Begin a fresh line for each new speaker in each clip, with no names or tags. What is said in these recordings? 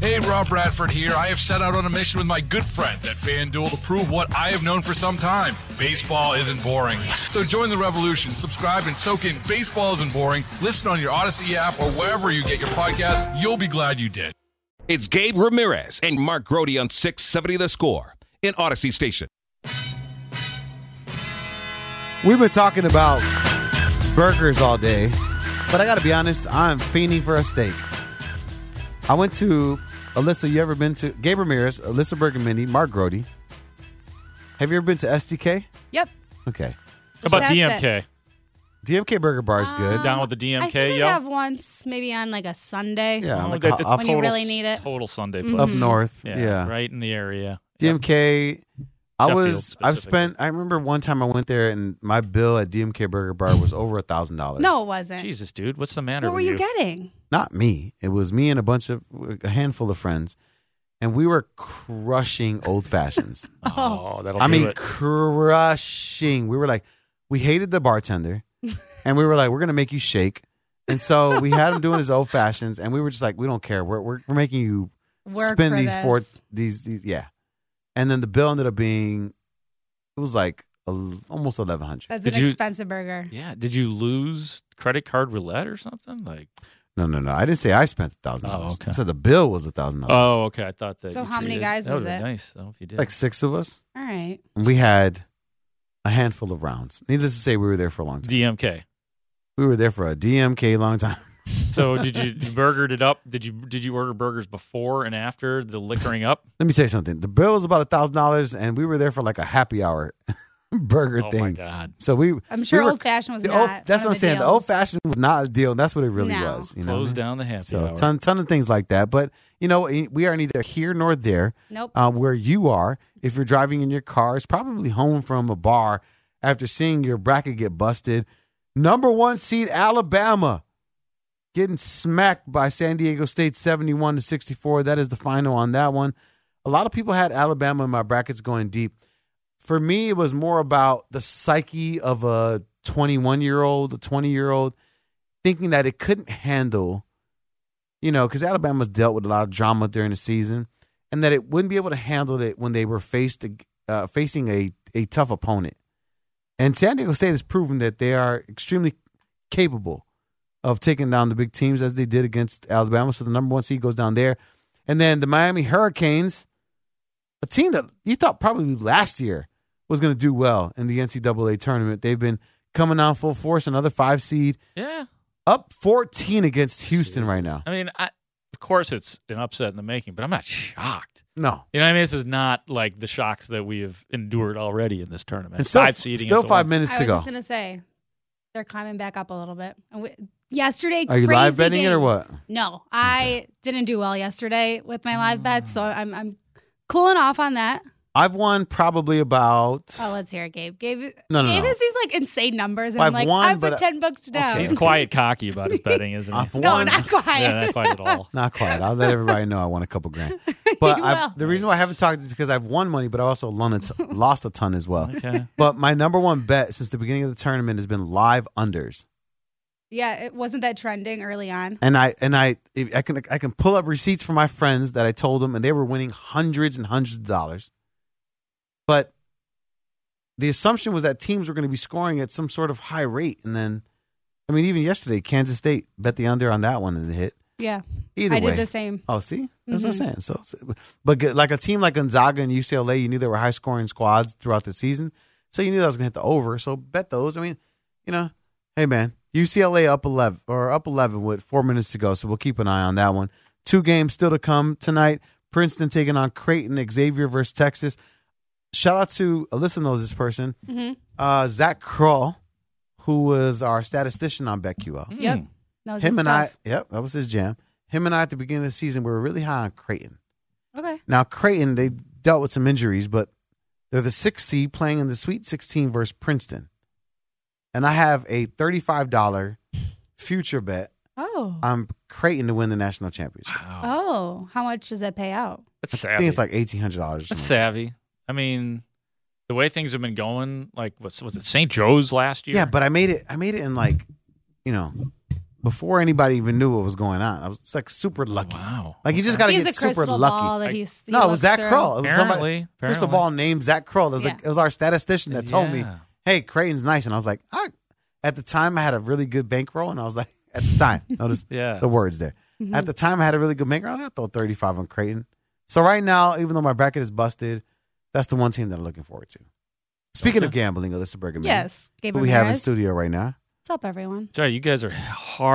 Hey, Rob Bradford here. I have set out on a mission with my good friends at FanDuel to prove what I have known for some time baseball isn't boring. So join the revolution. Subscribe and soak in Baseball Isn't Boring. Listen on your Odyssey app or wherever you get your podcast. You'll be glad you did.
It's Gabe Ramirez and Mark Grody on 670 The Score in Odyssey Station.
We've been talking about burgers all day, but I got to be honest, I'm fiending for a steak. I went to Alyssa. You ever been to Gabe Ramirez, Alyssa Bergamini, Mark Grody? Have you ever been to SDK?
Yep.
Okay,
How about
That's it. Um,
DMK?
DMK Burger Bar is good.
Down with the DMK,
I think
yo.
I have once, maybe on like a Sunday.
Yeah, like
they-
a-
the
Oh up,
When you really need it.
Total
Mm-hmm.
Sunday
up
place.
north.
Mm-hmm. Yeah, right in the area.
DMK. I
Sheffield
was. I've
specifically.
spent. I remember one time I went there and my bill at DMK Burger Bar was over a thousand dollars.
No, it wasn't.
Jesus, dude, what's the matter
what were
with
you getting?
not me. It was me and a bunch of a handful of friends, and we were crushing old fashions.
Oh, that'll
I
do
mean,
it.
crushing. We were like, we hated the bartender, and we were like, we're gonna make you shake. And so we had him doing his old fashions, and we were just like, we don't care. We're we're, we're making you
Work
spend
for
these
this.
four these, these yeah. And then the bill ended up being, it was like al- almost eleven hundred.
That's
Did
an
you-
expensive burger.
Yeah, did you lose credit card roulette or something? Like,
No, no, no. I didn't say I spent thousand dollars.
Oh, okay.
So the bill was thousand dollars.
oh, okay, I thought that.
So
you
how many
treated-
guys
that
was
would've been
it?
Nice. Oh, if you did.
like six of us.
All right.
And we had a handful of rounds. Needless to say, we were there for a long time.
DMK.
We were there for a DMK long time.
So did you, you burgered it up? Did you did you order burgers before and after the liquoring up?
Let me tell you something. The bill was about a thousand dollars, and we were there for like a happy hour burger
oh
thing.
my god.
So we,
I'm sure
we were-
old fashioned was
the
not.
old-
one
that's
of
what I'm
the
saying. The
deals.
old fashioned was not a deal. And that's what it really
No.
was. You know,
Close
what I mean?
down the happy
So
hour.
ton ton of things like that. But you know, we are neither here nor there.
Nope.
uh, where you are. If you're driving in your car, it's probably home from a bar after seeing your bracket get busted. Number one seed Alabama getting smacked by San Diego State 71 to 64. That is the final on that one. A lot of people had Alabama in my brackets going deep. For me, it was more about the psyche of a 21 year old, a 20 year old, thinking that it couldn't handle, you know, because Alabama's dealt with a lot of drama during the season and that it wouldn't be able to handle it when they were faced uh, facing a, a tough opponent. And San Diego State has proven that they are extremely capable of taking down the big teams as they did against Alabama. So the number one seed goes down there, and then the Miami Hurricanes, a team that you thought probably last year was going to do well in the NCAA tournament. They've been coming on full force. Another five seed,
yeah.
up fourteen against Houston right now.
I mean, I, of course it's an upset in the making, but I'm not shocked.
No,
You know, what I mean, this is not like the shocks that we have endured already in this tournament.
and still,
five seeding,
still
is a
five
one-
minutes
I
to
was
go.
just gonna say, they're climbing back up a little bit. And we- Yesterday,
Are you
crazy
live betting it or
games.
what?
No, I didn't do well yesterday with my live bets,
Mm.
so I'm I'm cooling off on that.
I've won probably about.
Oh, let's hear it, Gabe. Gabe,
No, no,
Gabe
no.
has these like insane numbers, and
Well,
I'm
I've
like,
won,
I'm
but I-
for ten bucks down.
Okay.
He's quite cocky about his betting, isn't he?
I've
No,
won.
not quiet.
yeah, not quite at all.
Not quite. I'll let everybody know I won a couple grand. But
You
I,
will.
the reason why I haven't talked is because I've won money, but I also loan a t- lost a ton as well.
Okay.
But my number one bet since the beginning of the tournament has been live unders,
yeah, it wasn't that trending early on.
and I and I I can I can pull up receipts from my friends that I told them, and they were winning hundreds and hundreds of dollars. But the assumption was that teams were going to be scoring at some sort of high rate, and then, I mean, even yesterday, Kansas State bet the under on that one and it hit.
Yeah,
Either
I
way,
did the same.
Oh, see, that's what I'm saying. So, so- but good- like a team like Gonzaga and UCLA, you knew they were high scoring squads throughout the season, so you knew that was going to hit the over. So bet those. I mean, you know, hey man, UCLA up eleven or up eleven with four minutes to go, so we'll keep an eye on that one. Two games still to come tonight. Princeton taking on Creighton, Xavier versus Texas. Shout out to Alyssa knows this person, uh, Zach Kroll, who was our statistician on BetQL
Hmm.
Yep, that was
him
his
and
stuff.
I, yep, that was his jam. him and I at the beginning of the season we were really high on Creighton.
Okay.
Now Creighton, they dealt with some injuries, but they're the sixth seed playing in the Sweet 16 versus Princeton. And I have a $35 future bet
Oh.
on Creighton to win the national championship.
Wow.
Oh, how much does that pay out?
That's
I
savvy.
think it's like $1,800. or
That's
something.
savvy. I mean, the way things have been going, like was was it St. Joe's last year?
Yeah, but I made it. I made it in like, you know, before anybody even knew what was going on. I was it's like super lucky.
wow.
Like you just got to
He's
get
the
super
crystal
lucky.
ball that
I-
he's. he
no, it was
looks
Zach
through.
Kroll. It was somebody.
Apparently,
Crystal
apparently.
ball named Zach Kroll. It was like
Yeah.
it was our statistician that told me,
Yeah.
"Hey, Creighton's nice," and I was like, I, "At the time, I had a really good bankroll," and I was like, "At the time, notice
Yeah.
the words there.
Mm-hmm.
At the time, I had a really good bankroll. I throw thirty five on Creighton. So right now, even though my bracket is busted, that's the one team that I'm looking forward to. Speaking of gambling, Alyssa Bergman,
Yes. Gabe
who we have in
Ramirez.
studio right now.
What's up, everyone?
Sorry, you guys are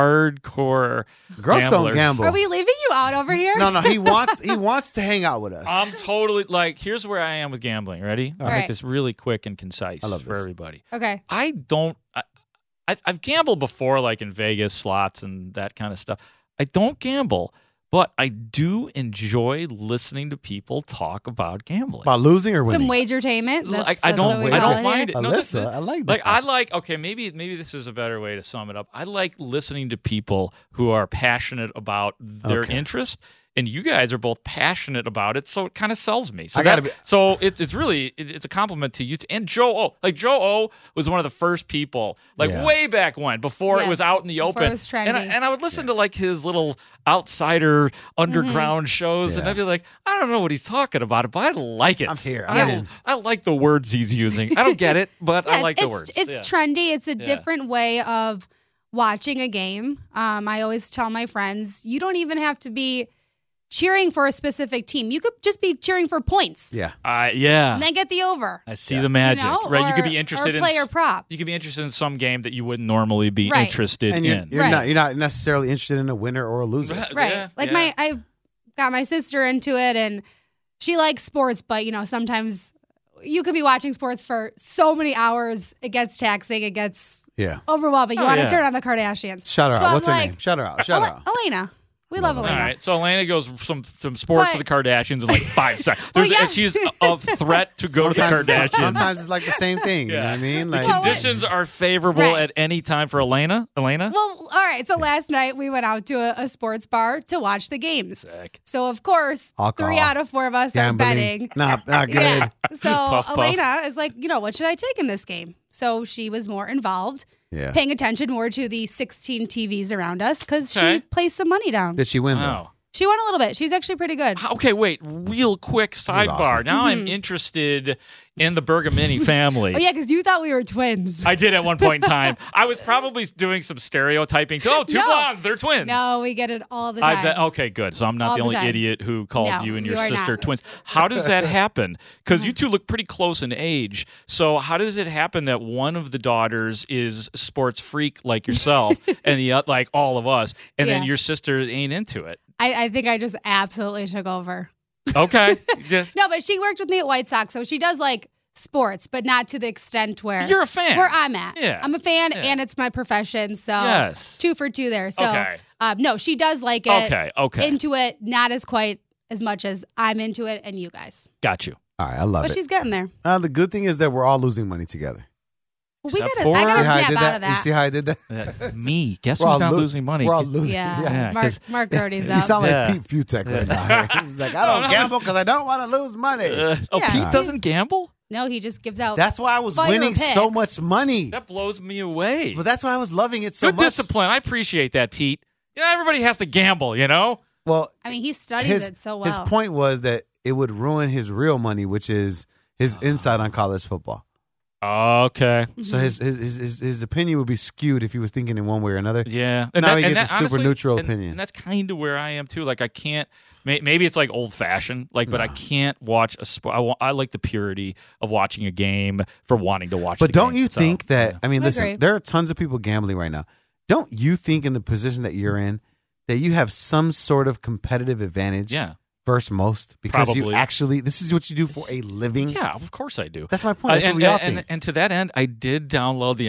hardcore.
Girls don't
gamblers.
gamble.
Are we leaving you out over here?
no, no, he wants he wants to hang out with us.
I'm totally like. Here's where I am with gambling. Ready? I'll
right.
Make this really quick and concise
I love
for
this.
everybody.
Okay.
I don't. I, I, I've gambled before, like in Vegas slots and that kind of stuff. I don't gamble, but I do enjoy listening to people talk about gambling.
About losing or winning,
Some wagertainment. That's,
I, I
that's
don't.
What we
I
call
don't mind it. No, this-
Alyssa. I like that.
Like I like okay maybe maybe this is a better way to sum it up. I like listening to people who are passionate about their
Okay.
interest and you guys are both passionate about it so it kind of sells me. So
I gotta
that-
be-
so it's it's really it- it's a compliment to you t- and Joe O. Like Joe O was one of the first people like
Yeah.
way back when before it
Yes,
was out in the
before it
open.
was
and I,
trendy.
and I would listen to like his little outsider underground shows and
Yeah.
I'd be like I don't know what he's talking about but I like it.
I'm here. I'm
I,
in.
I like the words he's using. I don't get it but I
Yeah,
like
it's,
the words.
It's
Yeah.
trendy. It's a different way of watching a game. Um, I always tell my friends, you don't even have to be cheering for a specific team. You could just be cheering for points
yeah.
I yeah.
and then get the over.
I see the Ah. magic.
You know?
Right. you could
Or-
be interested
or
in
player prop.
You could be interested in some game that you wouldn't normally be
Right.
interested
and you're,
in.
you're
Right.
not you're not necessarily interested in a winner or a loser.
right
Yeah,
like
yeah.
my i've got my sister into it and she likes sports but you know sometimes you can be watching sports for so many hours it gets taxing it gets
Yeah.
overwhelming you
Oh,
want to
yeah.
turn on the kardashians
Shout her
so
out.
I'm
What's her
like,
name? Shout her out. Shout her
"Ele-
out.
elena we love
All
elena
right, so Elena goes from some sports to the
But-
Kardashians in like five seconds. There's,
yeah.
and she's a- a threat to go to the
Sometimes-
Kardashians.
Sometimes it's like the same thing. You know what I mean? Like
Conditions are favorable
Right.
at any time for Elena. Elena,
Well, all right. So last night we went out to a, a sports bar to watch the games. So of course,
Alcohol.
three out of four of us
gambling.
are betting.
Not not good.
Yeah. So
Puff, puff.
Elena is like, you know, what should I take in this game? So she was more involved,
Yeah.
paying attention more to the 16 TVs around us because
Okay.
she placed some money down.
Did she win though?
wow.
She won a little bit. She's actually pretty good.
Oh. Okay, wait. Real quick sidebar.
awesome.
Now I'm interested in the Bergamini family.
Mm-hmm. Oh yeah, because you thought we were twins.
I did at one point in time. I was probably doing some stereotyping. Too. Oh, two
No.
blondes, they're twins.
no, we get it all the time.
I bet. oh. Okay, good. So I'm not
All
the
the
only
time.
idiot who called
No,
you and
you
your
are
sister
not. Mm.
twins. How does that happen? Because you two look pretty close in age. So how does it happen that one of the daughters is sports freak like yourself, and the oth- like all of us, and then
Yeah.
your sister ain't into it?
I, I think I just absolutely took over.
Okay, just
No, but she worked with me at White Sox, so she does like sports, but not to the extent where
You're a fan.
Where I'm at,
Yeah.
I'm a fan,
Yeah.
and it's my profession. So
Yes.
two for two there. So
Okay.
um, no, she does like it.
okay, okay.
into it, not as quite as much as I'm into it and you guys.
Got you.
All right, I love
But
it.
she's getting there.
Uh, the good thing is that we're all losing money together.
Well, we
Except
gotta,
for-
I
See
gotta
how I
snap out
did
of
that? You
that.
see how I did that?
Uh, me. Guess
We're all
who's not
lo-
losing money?
We're all losing.
yeah.
Yeah,
Mark,
'cause-
Mark Grody's
You
up.
sound like
Yeah.
Pete Futek right now. He's like, I don't gamble because I don't want to lose money.
Uh, oh,
Yeah.
Pete doesn't gamble.
no, he just gives out.
That's why I was
Fire
winning so
picks.
much money.
That blows me away.
But that's why I was loving it so
Good
much.
discipline. I appreciate that, Pete. You know, everybody has to gamble. You know.
Well,
I mean, he studies
his,
it so well.
his point was that it would ruin his real money, which is his
Ah.
insight on college football.
Okay.
Mm-hmm.
So his, his his- his his opinion would be skewed if he was thinking in one way or another.
Yeah.
Now we get the super neutral
and-
opinion.
And that's kind of where I am too. Like I can't. May, maybe it's like old fashioned. Like, but I can't watch a sport. I, wa- I like the purity of watching a game for wanting to watch.
But
the
don't
game,
you
so,
think that I mean,
I
listen,
agree.
there are tons of people gambling right now. Don't you think in the position that you're in that you have some sort of competitive advantage
Yeah.
versus most because you
Probably.
actually this is what you do for a living.
Yeah, of course I do.
That's my point. That's
Uh,
what
and,
we all
and,
think.
and to that end, I did download the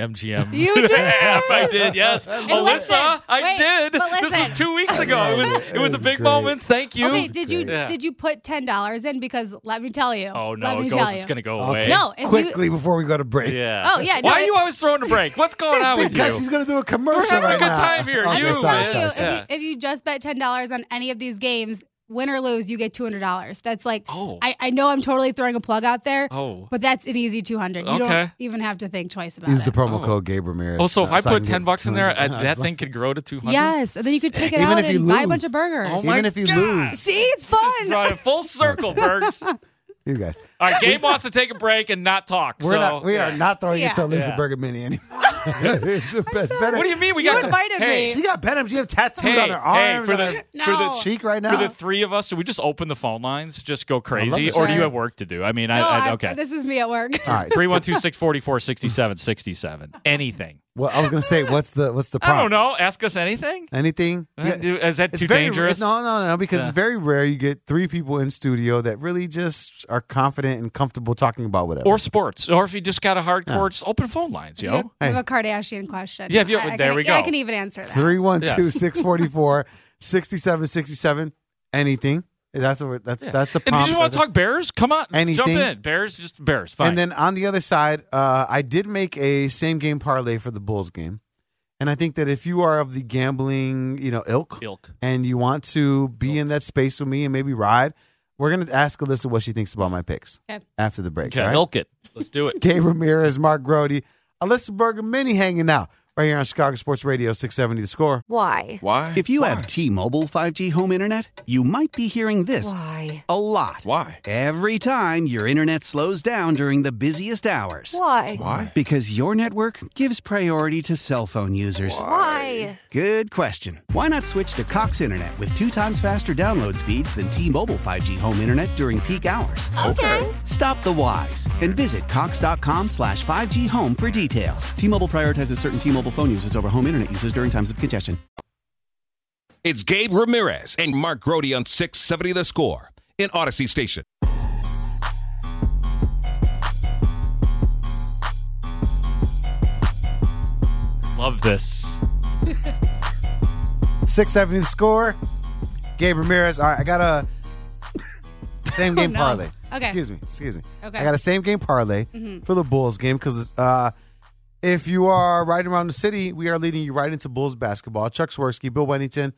MGM
You did?
app. I did, yes.
And
Alyssa,
listen,
I
wait,
did.
but
This
listen.
was two weeks ago. It was
That
it was a
is
big
great.
moment. Thank you.
Okay, did you
Yeah.
did you put ten dollars in? Because let me tell you.
oh
let
no,
me
it
tell
goes,
you.
it's gonna go
Okay.
away.
No, if you-
Quickly before we go to break.
Yeah.
Oh, yeah, no,
Why are
it-
you always throwing a break? What's going on with
Because
you?
he's going to do a commercial
having a
right
good
now.
time here,
Okay,
I'm
you,
just
sorry,
telling
man.
sorry,
you,
sorry.
Yeah.
if you, if you just bet ten dollars on any of these games, win or lose, you get two hundred dollars. That's like,
Oh.
I, I know I'm totally throwing a plug out there,
Oh.
but that's an easy two hundred. You don't
Okay.
even have to think twice about
Use
it.
the promo
Oh.
code Gabe Ramirez.
Oh, so if
uh,
I
can
put
get
ten bucks in there, I,
$200.
that thing could grow to two hundred.
yes, and then you could take it
Even
out
if you
and buy a bunch
lose.
of burgers.
Oh, my
Even if you lose,
See, it's fun.
Right, full circle, Bergs. All
you guys,
right, Gabe wants to take a break and not talk.
we're
so
not, we are not throwing
Yeah.
it to Lisa
Yeah.
Burger Mini anymore. It's the best- better-
What do you mean? We
You
got
invited
hey,
me.
She got Benhams. You have tattooed
Hey,
on her
hey,
arms,
for
on
the-
her
for the-
cheek right now.
for the three of us, so we just open the phone lines, just go crazy,
it.
or do you
Sure.
have work to do? I mean,
No,
I, I
I'm-
okay.
This is me at work.
All right.
312 644 6767. Anything.
Well, I was gonna say, what's the what's the
I
prompt?
don't know. Ask us anything.
Anything?
Uh, do- Is that
It's
too
very-
dangerous?
No, no, no, because
Yeah.
it's very rare you get three people in studio that really just are confident and comfortable talking about whatever.
Or sports. Or if you just got a hardcore, just open phone lines,
You
yo.
have, you have a Kardashian question.
Yeah, if you-
I- I
there
can,
we
yeah, I
go.
can even answer that.
312 644 6767. Anything. That's what we're, that's that's the
And if you
prompt.
just want to talk Bears, come on. Jump
Anything.
in. Bears, just Bears. Fine.
and then on the other side, uh, I did make a same game parlay for the Bulls game. And I think that if you are of the gambling, you know, ilk,
Ilk.
and you want to be in that space with me and maybe ride, we're gonna ask Alyssa what she thinks about my picks
Okay.
after the break.
Okay,
all right?
milk it. Let's do it.
Gabe Ramirez, Mark Grody, Alyssa Berger, Mini hanging out right here on Chicago Sports Radio 670 The Score.
Why?
Why?
If you have T-Mobile 5G home internet, you might be hearing this
Why?
a lot.
Why?
Every time your internet slows down during the busiest hours.
Why?
Why?
Because your network gives priority to cell phone users.
Why?
Good question. Why not switch to Cox Internet with two times faster download speeds than T-Mobile 5G home internet during peak hours?
Okay.
Stop the whys and visit cox.com slash 5G home for details. T-Mobile prioritizes certain T-Mobile phone users over home internet users during times of congestion.
It's Gabe Ramirez and Mark Grody on 670 The Score in Odyssey Station.
Love this.
670 The Score. Gabe Ramirez. All right, I got a same game
Oh, no.
parlay.
Okay.
Excuse me. Excuse me.
Okay. Mm-hmm.
I got a same game parlay for the Bulls game because uh, if you are right around the city, we are leading you right into Bulls basketball. Chuck Swirsky, Bill Wennington,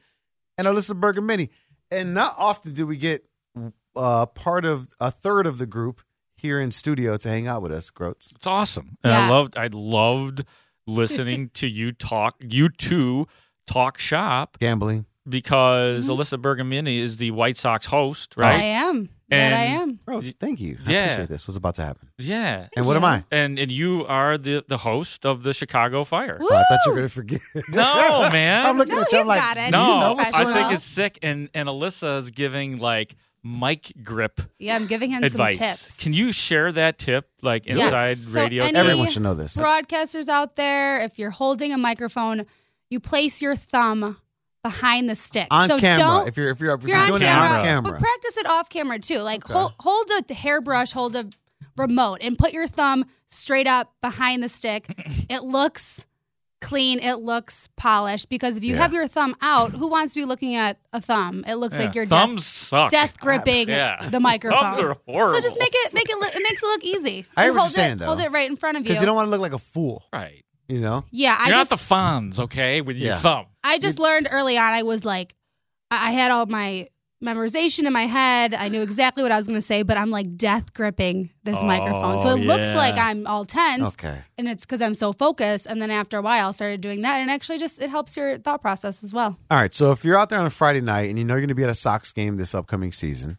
and Alyssa Berger Mini. And not often do we get uh, part of a third of the group here in studio to hang out with us, Groats.
It's awesome. And I
Yeah.
loved I loved listening to you talk you two talk shop
Gambling.
because
Mm-hmm.
Alyssa Bergamini is the White Sox host,
I
right?
am. That I
And-
am.
Groats, thank you. I
Yeah.
appreciate this. What's about to happen.
Yeah.
And what am I?
And and you are the the host of the Chicago Fire.
Oh, I thought you were going to forget.
No, man.
I'm looking
No,
at you. I'm
he's
like,
got it.
do
No,
you know what's
Professional.
going
I think
on?
it's sick. And and Alyssa is giving like mic grip
Yeah, I'm giving him
advice.
some tips.
Can you share that tip like
Yes.
inside
So
radio?
any-
Everyone should know this.
broadcasters out there, if you're holding a microphone, you place your thumb behind the stick.
on
so
camera.
Don't,
if you're if you're, if
if
you're,
you're
doing it on camera,
But practice it off camera too. Like hold, hold a hairbrush, hold a remote, and put your thumb straight up behind the stick. it looks clean. It looks polished. Because if you have your thumb out, who wants to be looking at a thumb? It looks like
Yeah.
you're
thumbs
death,
suck.
death gripping
Yeah.
the microphone.
Thumbs are horrible.
So just make it make it look, it makes it look easy.
I hear
You
what you're
hold
saying,
it,
though.
Hold it right in front of you.
because you don't want to look like a fool,
right.
you know.
yeah, I
You're
just
not the Fonz, okay, with your
Yeah.
thumb.
I just learned early on. I was like, I I had all my memorization in my head. I knew exactly what I was going to say, but I'm like death gripping this
Oh,
microphone, so it looks
yeah.
like I'm all tense,
Okay,
and it's because I'm so focused. And then after a while, I started doing that, and actually, just it helps your thought process as well.
all right. So if you're out there on a Friday night and you know you're going to be at a Sox game this upcoming season,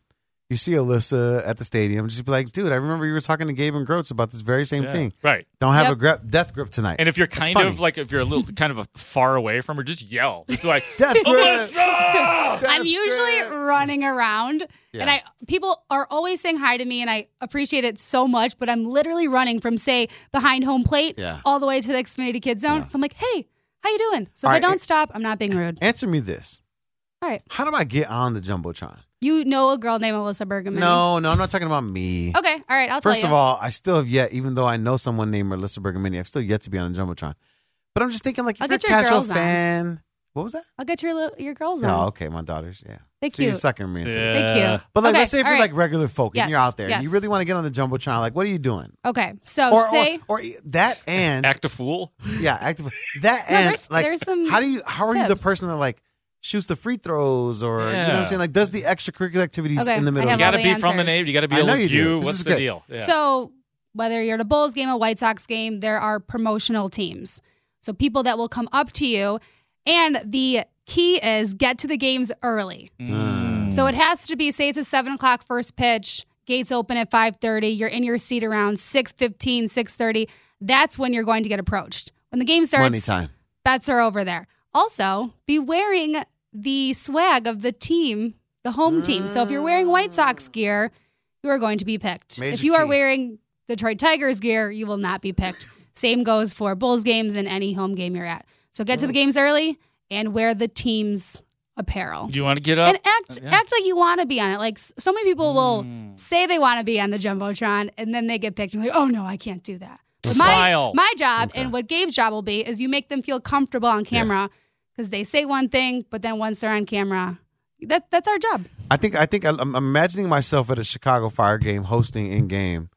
you see Alyssa at the stadium, just be like, dude, I remember you were talking to Gabe and Groats about this very same
Yeah.
thing.
Right.
Don't have
Yep.
a grip, death grip tonight.
And if you're
That's
kind
funny.
of like, if you're a little kind of a far away from her, just yell. Just like,
death grip,
Alyssa!
death
I'm usually
grip.
running around, and I people are always saying hi to me, and I appreciate it so much. But I'm literally running from say behind home plate
Yeah.
all the way to the Xfinity Kids Zone. So I'm like, hey. How you doing? So
All
if
right,
I don't
it-
stop, I'm not being rude.
answer me this:
All right.
How do I get on the jumbotron?
You know a girl named Alyssa Bergman.
No, no, I'm not talking about me.
Okay. All right. I'll
First
tell
of
you.
all, I still have yet, even though I know someone named Melissa Bergamini, I've still yet to be on a jumbotron. But I'm just thinking, like, if
I'll
you're a
get your
casual
girls on.
fan, what was that?
I'll get your li- your girls
Oh,
on.
okay, my daughters, yeah.
They're
so you're
cute.
sucking me into this.
They
Yeah.
cute.
But like,
Okay,
let's say if
all
you're
right.
like regular folk
Yes,
and you're out there, and you
yes.
really want to get on the jumbotron, like, what are you doing?
Okay. So
or,
say
or or that and
Act a fool.
yeah, active that
No,
and
there's-
like
there's some
how do you how are you the
tips.
person that like shoots the free throws or you know what I'm
Yeah.
saying like does the extracurricular activities
Okay,
in the
I
middle?
have
You
of
all
got to
the
be from the
answers.
name. You got to be
I
a
know
little
you do.
you.
This
What's
is
the
good.
deal? Yeah.
So whether you're at a Bulls game, a White Sox game, there are promotional teams. So people that will come up to you, and the key is get to the games early.
Mm.
Mm.
So it has to be say it's a seven o'clock first pitch. Gates open at 5:30. You're in your seat around 6:15, 6:30. That's when you're going to get approached. When the game starts,
money time.
bets are over there. Also, be wearing the swag of the team, the home team. So if you're wearing White Sox gear, you are going to be picked. if
Ah. Major
you are
key.
wearing Detroit Tigers gear, you will not be picked. Same goes for Bulls games and any home game you're at. So get to the games early and wear the team's apparel.
you want to get up?
And act
Oh, yeah. Mm.
act like you want to be on it. Like s- so many people will say they want to be on the jumbotron, and then they get picked. And like, oh no, I can't do that. But
Smile.
My, my job and what Gabe's job will be is you make them feel comfortable on camera because they say one thing, but then once they're on camera, that that's our job.
I think I think I'm imagining myself at a Chicago Fire game hosting in game,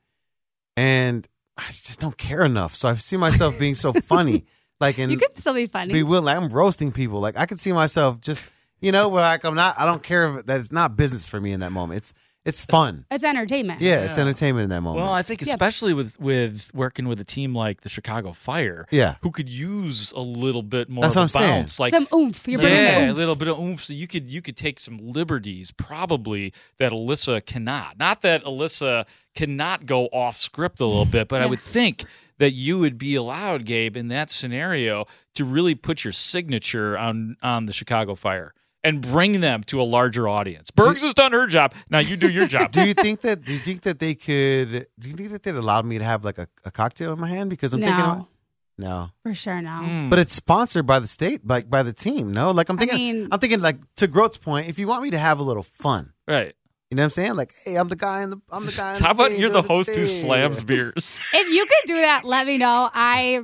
and I just don't care enough. So I see myself being so funny, like
You
and
can still be funny.
be willing. Like, I'm roasting people. Like I could see myself just you know where like I'm not. I don't care if that it's not business for me in that moment. It's it's fun.
it's entertainment.
Yeah, it's entertainment in that moment.
Well, I think
Yeah.
especially with with working with a team like the Chicago Fire,
Yeah.
who could use a little bit more
That's
of
what
a
I'm saying.
bounce, like
some oomph. You're bringing some
yeah, a
oomph.
little bit of oomph. So you could you could take some liberties probably that Alyssa cannot. Not that Alyssa cannot go off script a little bit, but I would think that you would be allowed, Gabe, in that scenario to really put your signature on on the Chicago Fire and bring them to a larger audience. Bergs has done her job. Now you do your job.
do you think that do you think that they could do you think that they'd allow me to have like a, a cocktail in my hand because I'm thinking
No.
no
for sure. No.
Mm.
but it's sponsored by the state like by the team no like I'm
Hmm. I
thinking I
mean-
am thinking like to Groat's point if you want me to have a little fun
right.
you know what I'm saying like hey I'm the guy in the I'm the guy in
How about
thing,
you're the
doing
host who
thing.
slams beers?
If you could do that, let me know. I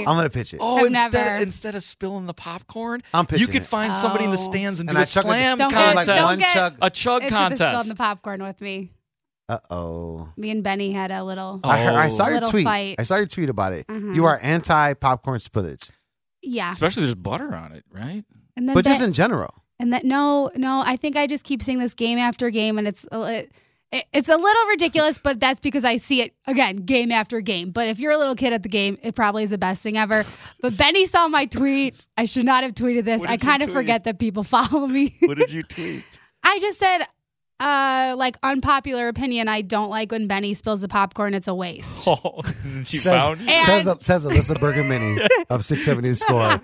I'm gonna pitch it
Oh,
I've
instead
never.
instead of spilling the popcorn,
I'm
you
pitching
could
it.
find somebody in the
Oh.
stands and,
And
do
I
a
chuck it-
slam
Don't
kind of
get,
like
contest,
don't
one
get
chug.
a chug
into the spill in
contest.
the popcorn with me.
uh oh
Me and Benny had a little.
I, heard, I
Oh.
saw your
Little
tweet
fight.
I saw your tweet about it
Mhm.
you are anti popcorn spillage
Yeah.
Especially there's butter on it, right?
And then
but
Ben-
just in general
And that no, no, I think I just keep seeing this game after game, and it's a li- it, it's a little ridiculous, but that's because I see it again game after game. But if you're a little kid at the game, it probably is the best thing ever. But Benny saw my tweet. I should not have tweeted this. I kind of forget that people follow me.
What did you tweet?
I just said, uh, like unpopular opinion. I don't like when Benny spills the popcorn. It's a waste.
Oh, she
says,
found you.
And-
says, says Alyssa Bergamini of 670 score.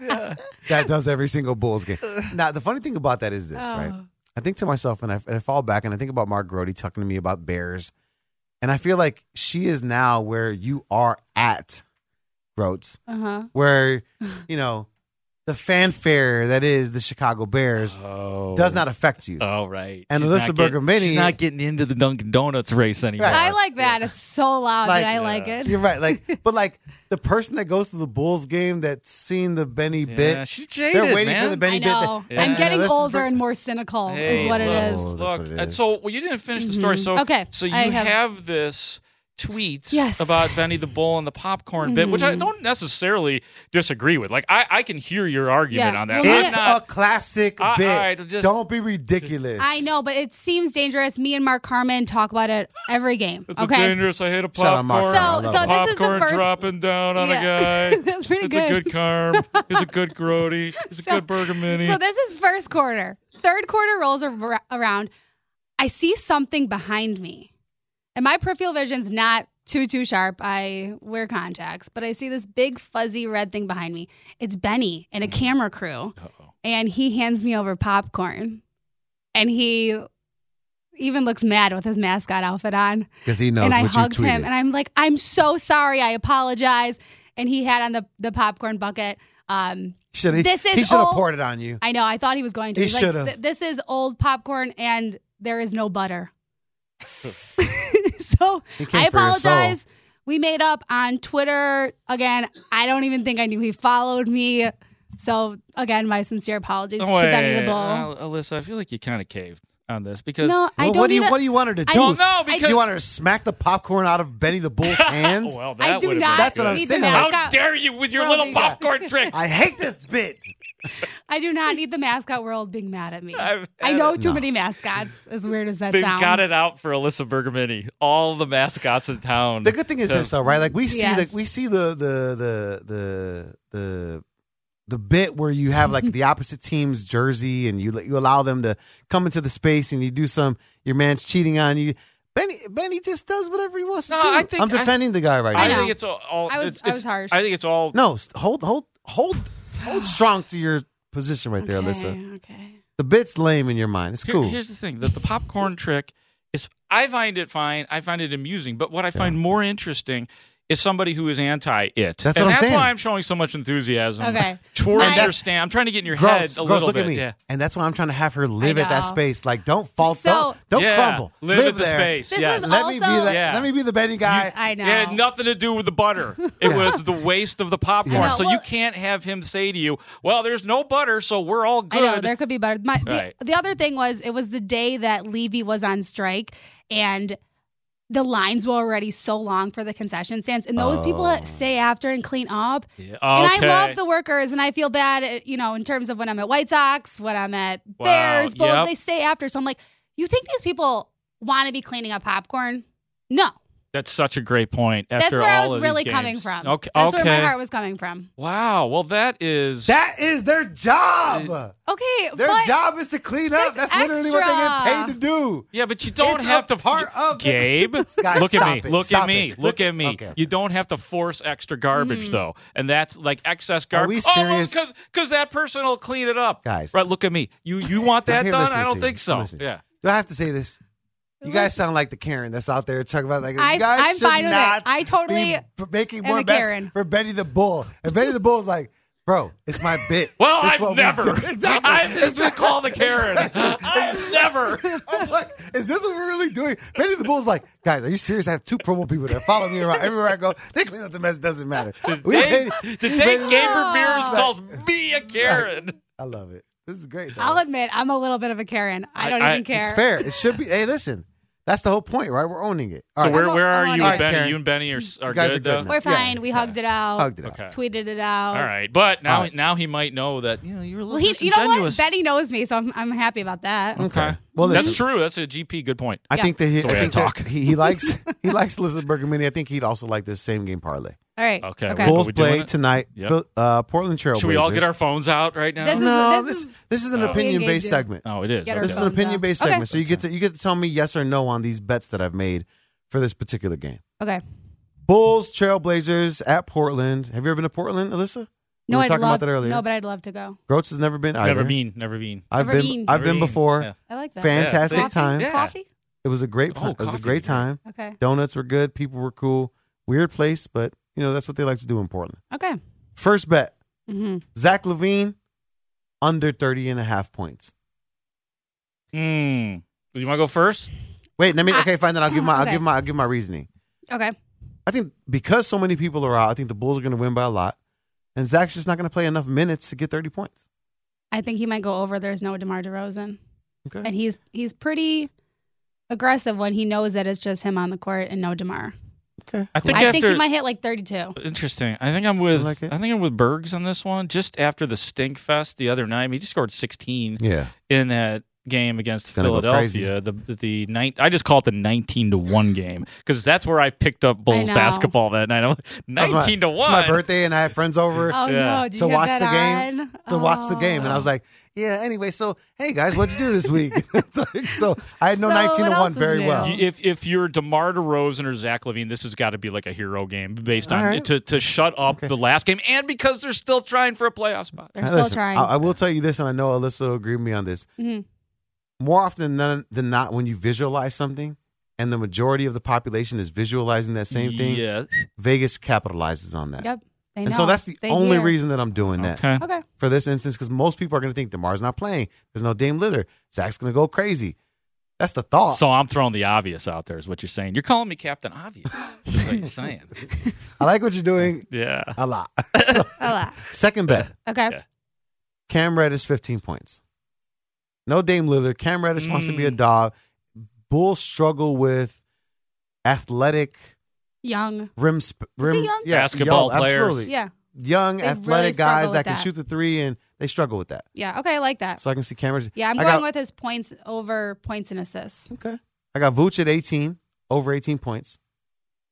That does every single Bulls game. Now, the funny thing about that is this, right?
Oh.
I think to myself, and I, and I fall back, and I think about Mark Grody talking to me about Bears, and I feel like she is now where you are at, Groats,
Uh huh.
where,
Mm.
you know, the fanfare that is the Chicago Bears
Oh,
does not affect you.
Oh, right.
And
She's
Alyssa
not getting-
Bergamini-
She's not getting into the Dunkin' Donuts race anymore.
I like that. It's so loud
Like-
that I like it.
You're right. Like, but like the person that goes to the Bulls game that's seen the Benny
Yeah,
bit,
she's
they're
jaded,
waiting
man.
for the Benny
I
bit. that-
know.
Yeah.
I'm
And
getting
Alyssa's
older
Ber-
and more cynical,
Hey,
is what it
look,
is.
Oh, that's
Look,
what it
and
is.
so well, you didn't finish the story. So
Okay,
so you
I
have,
have-
this tweet
Yes. Mm-hmm.
about Benny the Bull and the popcorn bit, which I don't necessarily disagree with. Like I, I can hear your argument
Yeah,
on that.
well,
I'm
It's
It's
not,
a classic
I-
bit.
alright, just-
Don't be ridiculous.
I know, but it seems dangerous. Me and Mark Harmon talk about it every game.
It's a
okay.
dangerous. I hate a
Shout out
popcorn.
Mark Harmon, I So- love
so this is the
popcorn
first-
dropping down on
Yeah.
a guy.
That's pretty
it's a
good.
good carm. He's a good grody. He's a good burger mini.
So this is first quarter. Third quarter rolls ar- around. I see something behind me, and my peripheral vision's not too too sharp. I wear contacts, but I see this big fuzzy red thing behind me. It's Benny
Mm.
and a camera crew, and he hands me over popcorn, and he even looks mad with his mascot outfit on.
Because he knows
and I
what
hugged
you tweeted.
him, and I'm like, I'm so sorry. I apologize. And he had on the the popcorn bucket. Um,
Should he,
This is
he should have
all-
poured it on you.
I know. I thought he was going to.
He
He's like,
should've.
"Th- This is old popcorn, and there is no butter. so
He came
I
for your soul.
apologize. We made up on Twitter. Again, I don't even think I knew he followed me. So again, my sincere apologies
No
to Benny the
way.
Bull.
Al- Alyssa, I feel like you kind of caved on this because
no, I
Well,
don't
what do
need
you
a-
what do you want her to do?
I don't
know, because- Oh,
you want her to smack the popcorn out of Benny the Bull's hands?
well,
I
that
do
would've
not
been
That's
good.
what I'm
need the
saying.
mascot.
How dare you with your
Well,
little
yeah.
popcorn tricks?
I hate this bit.
I do not need the mascot world being mad at me.
I've
I know too many mascots, as weird as that
They've
sounds.
got it out for Alyssa Bergamini. All the mascots in town.
The good thing is
So-
this though, right? Like we see
Yes.
the we see the the the the the the bit where you have like the opposite team's jersey and you you allow them to come into the space and you do some your man's cheating on you. Benny Benny just does whatever he wants
No,
to do.
I think
I'm
I-
defending the guy right
I,
now.
know.
think it's all. all
I was-
it's,
I was
it's-
harsh.
I think it's all.
No, st- hold hold hold hold strong to your position right there, Alyssa.
Okay, okay.
The bit's lame in your mind. It's
Here-
cool.
here's the thing: that the popcorn trick is. I find it fine. I find it amusing. But what I find more interesting is somebody who is anti it. That's
what
and
I'm
that's
saying.
why I'm showing so much enthusiasm.
Okay.
Towards
My-
your stand. I'm trying to get in your
Gross,
head a
gross,
little
look
bit.
at me.
Yeah.
And that's why I'm trying to have her live at that
know.
space. Like, don't fall,
So-
don't, don't
Yeah.
crumble.
Live at the
there.
space.
This
yeah.
was
Let me be
Also-
the
Yeah.
let me be the Benny guy.
I know.
It had nothing to do with the butter. It was the waste of the popcorn.
Yeah.
So
Well-
you can't have him say to you, "Well, there's no butter, so we're all good."
I know there could be better. My, the,
Right.
the other thing was it was the day that Levy was on strike, and the lines were already so long for the concession stands, and those people that stay after and clean up.
Yeah,
And
Oh. okay.
I love the workers, and I feel bad, eh, you know, in terms of when I'm at White Sox, when I'm at
Wow,
Bears, Bulls,
yep.
they stay after. So I'm like, you think these people want to be cleaning up popcorn? No,
That's such a great point. After
that's where I
all
was
of
really
these
coming
games.
from.
Okay.
that's
okay.
where my heart was coming from.
Wow. Well, that is
That is their job.
Okay,
Their
but
job is to clean up. That's,
That's
literally what they get paid
extra.
to do.
Yeah, but you don't
It's a
have to
part of the-
Gabe.
Guys,
look at
stop
me.
it.
Look
Stop
at me.
it.
Look at me.
Okay.
You don't have to force extra garbage though, and that's like excess
Are
garbage. Oh,
we serious?
because that person will clean it up,
Guys.
Right? Look at me. You you want
Now,
that
here,
done?
listen
I
to
don't
you.
think so.
Listen.
Yeah.
Do I have to say this? You guys sound like the Karen that's out there talking about like
I-
you guys
I'm
should
fine with it.
not
I totally
be b- making
am
more
a
mess
Karen.
for Betty the Bull, and Betty the Bull's like, bro, it's my bit.
Well,
It's what
I've
we
never.
do." exactly.
I've just been called the Karen. I've never.
I'm like, is this what we're really doing? Betty the Bull's like, guys, are you serious? I have two promo people that follow me around everywhere I go. They clean up the mess. Doesn't matter. We
Dave,
made-
the
made-
day Gabe Ramirez
Like-
calls me a Karen.
I love it. This is great. Though.
I'll admit I'm a little bit of a Karen. I
I-
don't
I-
even care.
It's fair. It should be. Hey, listen, that's the whole point, right? We're owning it. All
So
right.
where where
I'm
are
on
you
it.
and Benny?
Karen.
You and Benny are s- are
guys are
good
good
though.
now.
We're
Yeah,
fine. we
yeah.
hugged it out.
Hugged it out.
Okay.
Tweeted it out.
All right, but now
All right.
now he might know that you know you're a little
Oh. Well, he, you know what?
disingenuous.
Betty knows me, so I'm, I'm happy about that.
Okay. Well, listen,
That's true. That's a GP. Good point.
I think that he, I
That's the way I
think that
talk.
he, he likes he likes Elizabeth Bergamini. I think he'd also like this same game parlay.
All right.
Okay,
Okay.
well-
Bulls
we doing
play
it?
tonight.
Yep.
Phil- Uh, Portland Trail.
Should we all get our
Blazers. Oh,
phones out right now?
This is-
No,
this
this
is-
this is an
Oh.
opinion based
Engaging.
segment.
oh, it is.
Get our
okay.
This is an
Phones out.
opinion based
Okay.
segment. So you get to you get to tell me yes or no on these bets that I've made for this particular game.
okay.
Bulls Trailblazers at Portland. Have you ever been to Portland, Alyssa? we
No,
were
I'd
talking
love,
about that earlier.
No, but I'd love to go.
Groats has never been.
Never
either.
been. Never been.
I've
Never
been.
been.
I've
Never
been before.
Yeah.
I like that.
Fantastic
Yeah.
time.
Yeah.
Coffee?
It was a great.
Oh,
it was a
coffee.
great time.
Okay.
Donuts were good. People were cool. Weird place, but you know that's what they like to do in Portland.
Okay.
First bet:
hmm
Zach Levine under 30 and a half points.
Hmm. Do you want to go first?
Wait, let me. Okay, fine. Then I'll give my. I'll
Okay.
give my. I'll give my reasoning.
Okay.
I think because so many people are out, I think the Bulls are going to win by a lot, and Zach's just not going to play enough minutes to get 30 points.
I think he might go over. There's no DeMar DeRozan.
Okay.
And he's he's pretty aggressive when he knows that it's just him on the court and no DeMar.
Okay.
I think
I
after.
think he might hit like 32.
Interesting. I think I'm with.
I
I,
like it.
think I'm with Bergs on this one. Just after the stink fest the other night, I mean, he scored 16
Yeah.
in that game against
Gonna go
Philadelphia. The the night I just call it the 19 to one game because that's where I picked up Bulls
know.
basketball that night. I'm like, 19 to
It's
one.
my birthday, and I had friends over.
Oh
Yeah.
no! Did
to
you have
watch the
that
game
on?
to watch the
Oh.
game, and I was like, "Yeah." Anyway, so hey guys, what'd you do this week? It's like, so I had no
So
nineteen to
what
one
else is
very
new?
well.
You-
Y- If if you're DeMar DeRozan or Zach Levine, this has got to be like a hero game based on
All right.
to, to shut up the last game and because they're still trying for a playoff spot.
They're
Now,
still
listen,
trying.
I, I will tell you this, and I know Alyssa will agree with me on this.
Mhm.
More often than, than not, when you visualize something, and the majority of the population is visualizing that same thing,
Yes.
Vegas capitalizes on that.
Yep. They
And
know.
so that's the
They
only
hear.
reason that I'm doing that
Okay.
Okay.
for this instance, because most people are going to think Demar's not playing. There's no Dame Litter. Zach's going to go crazy. That's the thought.
So I'm throwing the obvious out there, is what you're saying. You're calling me Captain Obvious. That's what you're saying.
I like what you're doing
Yeah.
a lot. So,
A lot.
second bet.
Okay.
Yeah.
Cam Reddish, 15 points. No Dame Lillard. Cam Reddish wants to be a
Mm.
dog. Bulls struggle with athletic
Young.
rim. Sp- rim
young?
yeah,
Basketball
young,
players.
Absolutely.
Yeah.
Young,
They really
athletic guys
struggle
that
with
can
that.
shoot the three, and they struggle with that.
Yeah. Okay. I like that.
So I can see Cam Reddish.
yeah. I'm
I
going
got-
with his points over points and assists.
Okay. I got Vooch at 18, over 18 points.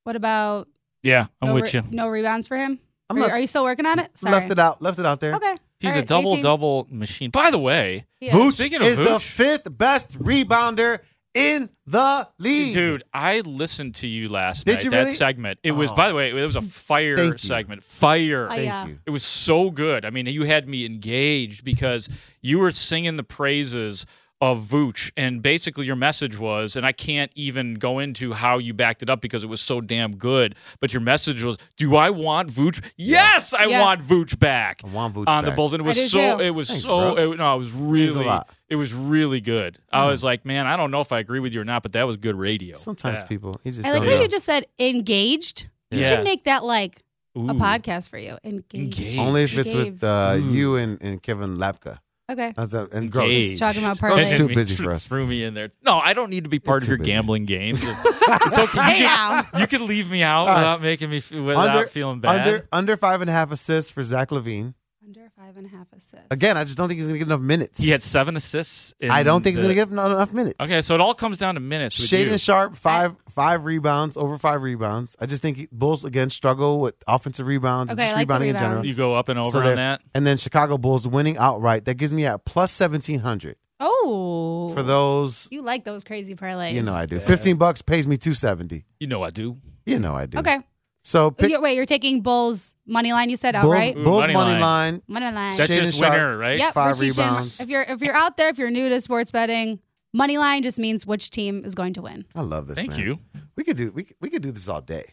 What about
Yeah, I'm
no,
with
re-
you.
no rebounds for him?
I'm
are, you-
not-
are you still working on it? Sorry.
Left it out. Left it out there.
Okay.
He's
All
a
right,
double
18.
double machine. By the way,
He is.
Vooch
Speaking of
is the
Vooch-
fifth best rebounder in the league.
dude, I listened to you last
Did
night.
you
that
really?
segment. It was,
Oh.
by the way, it was a
Thank
fire
you.
segment. Fire.
I-
Thank
Oh, Yeah.
you.
It was so good. I mean, you had me engaged because you were singing the praises of Vooch, and basically your message was, and I can't even go into how you backed it up because it was so damn good. But your message was, "Do I want Vooch? Yes, I
Yeah.
want Vooch back."
I want Vooch
on the
back.
Bulls, and it
I do
was so.
too.
It was
Thanks,
so.
Brooks.
It, no, it was
Means a
really.
lot.
It was really good. I was like, man, I don't know if I agree with you or not, but that was good radio.
Sometimes
Yeah.
people, he just
I like
don't
how
know.
you just said engaged. You
Yeah.
should make that like a
Ooh.
podcast for you. Engaged.
Engaged.
only if it's with
Gabe.
uh, you and, and Kevin Lapka.
Okay.
As a, and Gross.
Gabe.
Just talking about
Those
parlays.
two- too busy for us.
Threw me in there. No, I don't need to be part of
too
your
busy.
gambling game. it's okay.
Hey
You
now.
can, you can leave me out
All right.
without making me f- without feeling bad.
Under, under five and a half assists for Zach Levine.
Under five and a half assists.
Again, I just don't think he's going to get enough minutes.
he had seven assists. In
I don't think he's
the-
going to get eno- enough minutes.
Okay, so it all comes down to minutes. with you.
Shaden Sharp, five five rebounds, over five rebounds. I just think he- Bulls, again, struggle with offensive rebounds and
Okay, I
just
like the
rebounding in general.
rebounds.
You go up and over
So
on
there-
that.
And then Chicago Bulls winning outright. That gives me at plus 1700
Oh.
for those.
You like those crazy parlays.
You know I do. 15 bucks pays me 270.
You know I do.
You know I do.
Okay.
So pick
You're- wait, you're taking Bulls money line. You said
Bulls,
outright
Ooh,
Bulls
money
money,
line.
line.
money line.
That's
Shaden
just
Sharp.
winner, right?
Yep,
five
we're teaching-
rebounds.
If you're if you're out there, if you're new to sports betting, money line just means which team is going to win.
I love this.
Thank
man.
you.
We could do we could, we could do this all day.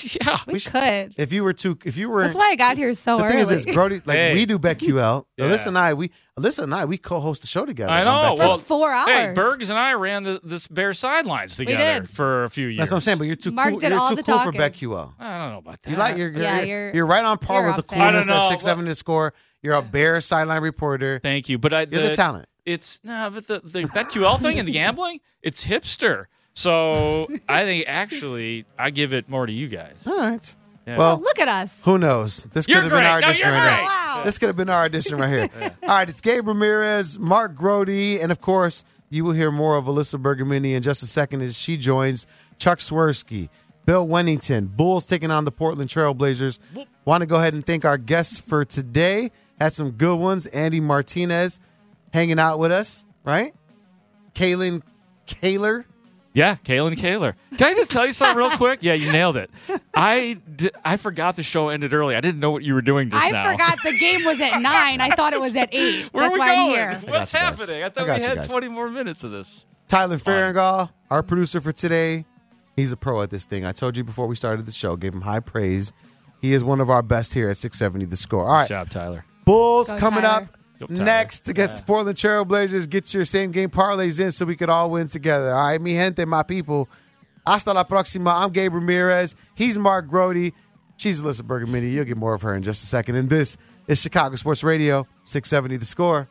Yeah.
We,
We should-
could.
If you were too, if you were,
That's why I got here so
the
early.
thing is, this, Brody, like
Hey.
we do BetQL.
Yeah.
Alyssa and I, we Alyssa and I, we co-host the show together. on
I know.
BetQL.
For
Well,
four
Hey,
hours.
Bergs and I ran the, this Bear sidelines together
did.
for a few years.
that's what I'm saying. But you're too
Mark
cool.
did
You're
all
too
the
cool for
talking.
BetQL.
I don't know about that.
You like you're,
Yeah,
you're, you're
you're-
right on par
you're
with the
up there. I
don't
coolness at
know.
six seven to score. You're a bear sideline reporter.
Thank you, but I,
You're the talent.
It's no, but the E the BetQL thing and the gambling, it's hipster. So I think actually I give it more to you guys.
All right.
Yeah.
Oh,
Well,
look at us.
who knows? This could
You're
have been our
great. No,
audition
you're
right now.
great.
Wow.
This could have been our audition right here. All right, it's Gabe Ramirez, Mark Grody, and of course, you will hear more of Alyssa Bergamini in just a second as she joins Chuck Swirsky, Bill Wennington, Bulls taking on the Portland Trailblazers. Want to go ahead and thank our guests for today. Had some good ones. Andy Martinez hanging out with us, right? Kaylin Kaler.
Yeah, Kaylin Kaler. Can I just tell you something real quick? Yeah, you nailed it. I, di- I forgot the show ended early. I didn't know what you were doing just
I
now.
forgot the game was at nine. I thought it was at eight.
Where
That's
are we
why
going?
I'm here.
I
What's
got you guys.
happening? I
I
thought
got
we
you
had
guys.
20 more minutes of this.
Tyler Farringall,
Mm-hmm.
our producer for today, he's a pro at this thing. I told you before we started the show, gave him high praise. He is one of our best here at 670 The Score. All right,
Good job, Tyler.
Bulls
Go,
coming
Tyler.
Go,
up
Tyler.
next against the Portland Trailblazers. Get your same game parlays in so we could all win together. All right, mi gente, my people. Hasta la próxima. I'm Gabe Ramirez. He's Mark Grody. She's Alyssa Bergamini. You'll get more of her in just a second. And this is Chicago Sports Radio 670 The Score.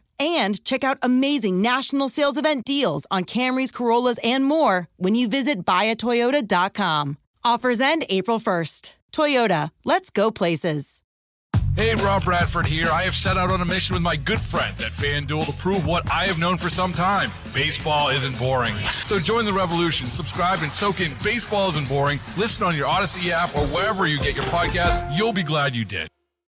and check out amazing national sales event deals on Camrys, Corollas, and more when you visit buyatoyota.com. Offers end April 1st. Toyota, let's go places.
Hey, Rob Bradford here. I have set out on a mission with my good friends at FanDuel to prove what I have known for some time baseball isn't boring. So join the revolution, subscribe, and soak in Baseball Isn't Boring. Listen on your Odyssey app or wherever you get your podcast. You'll be glad you did.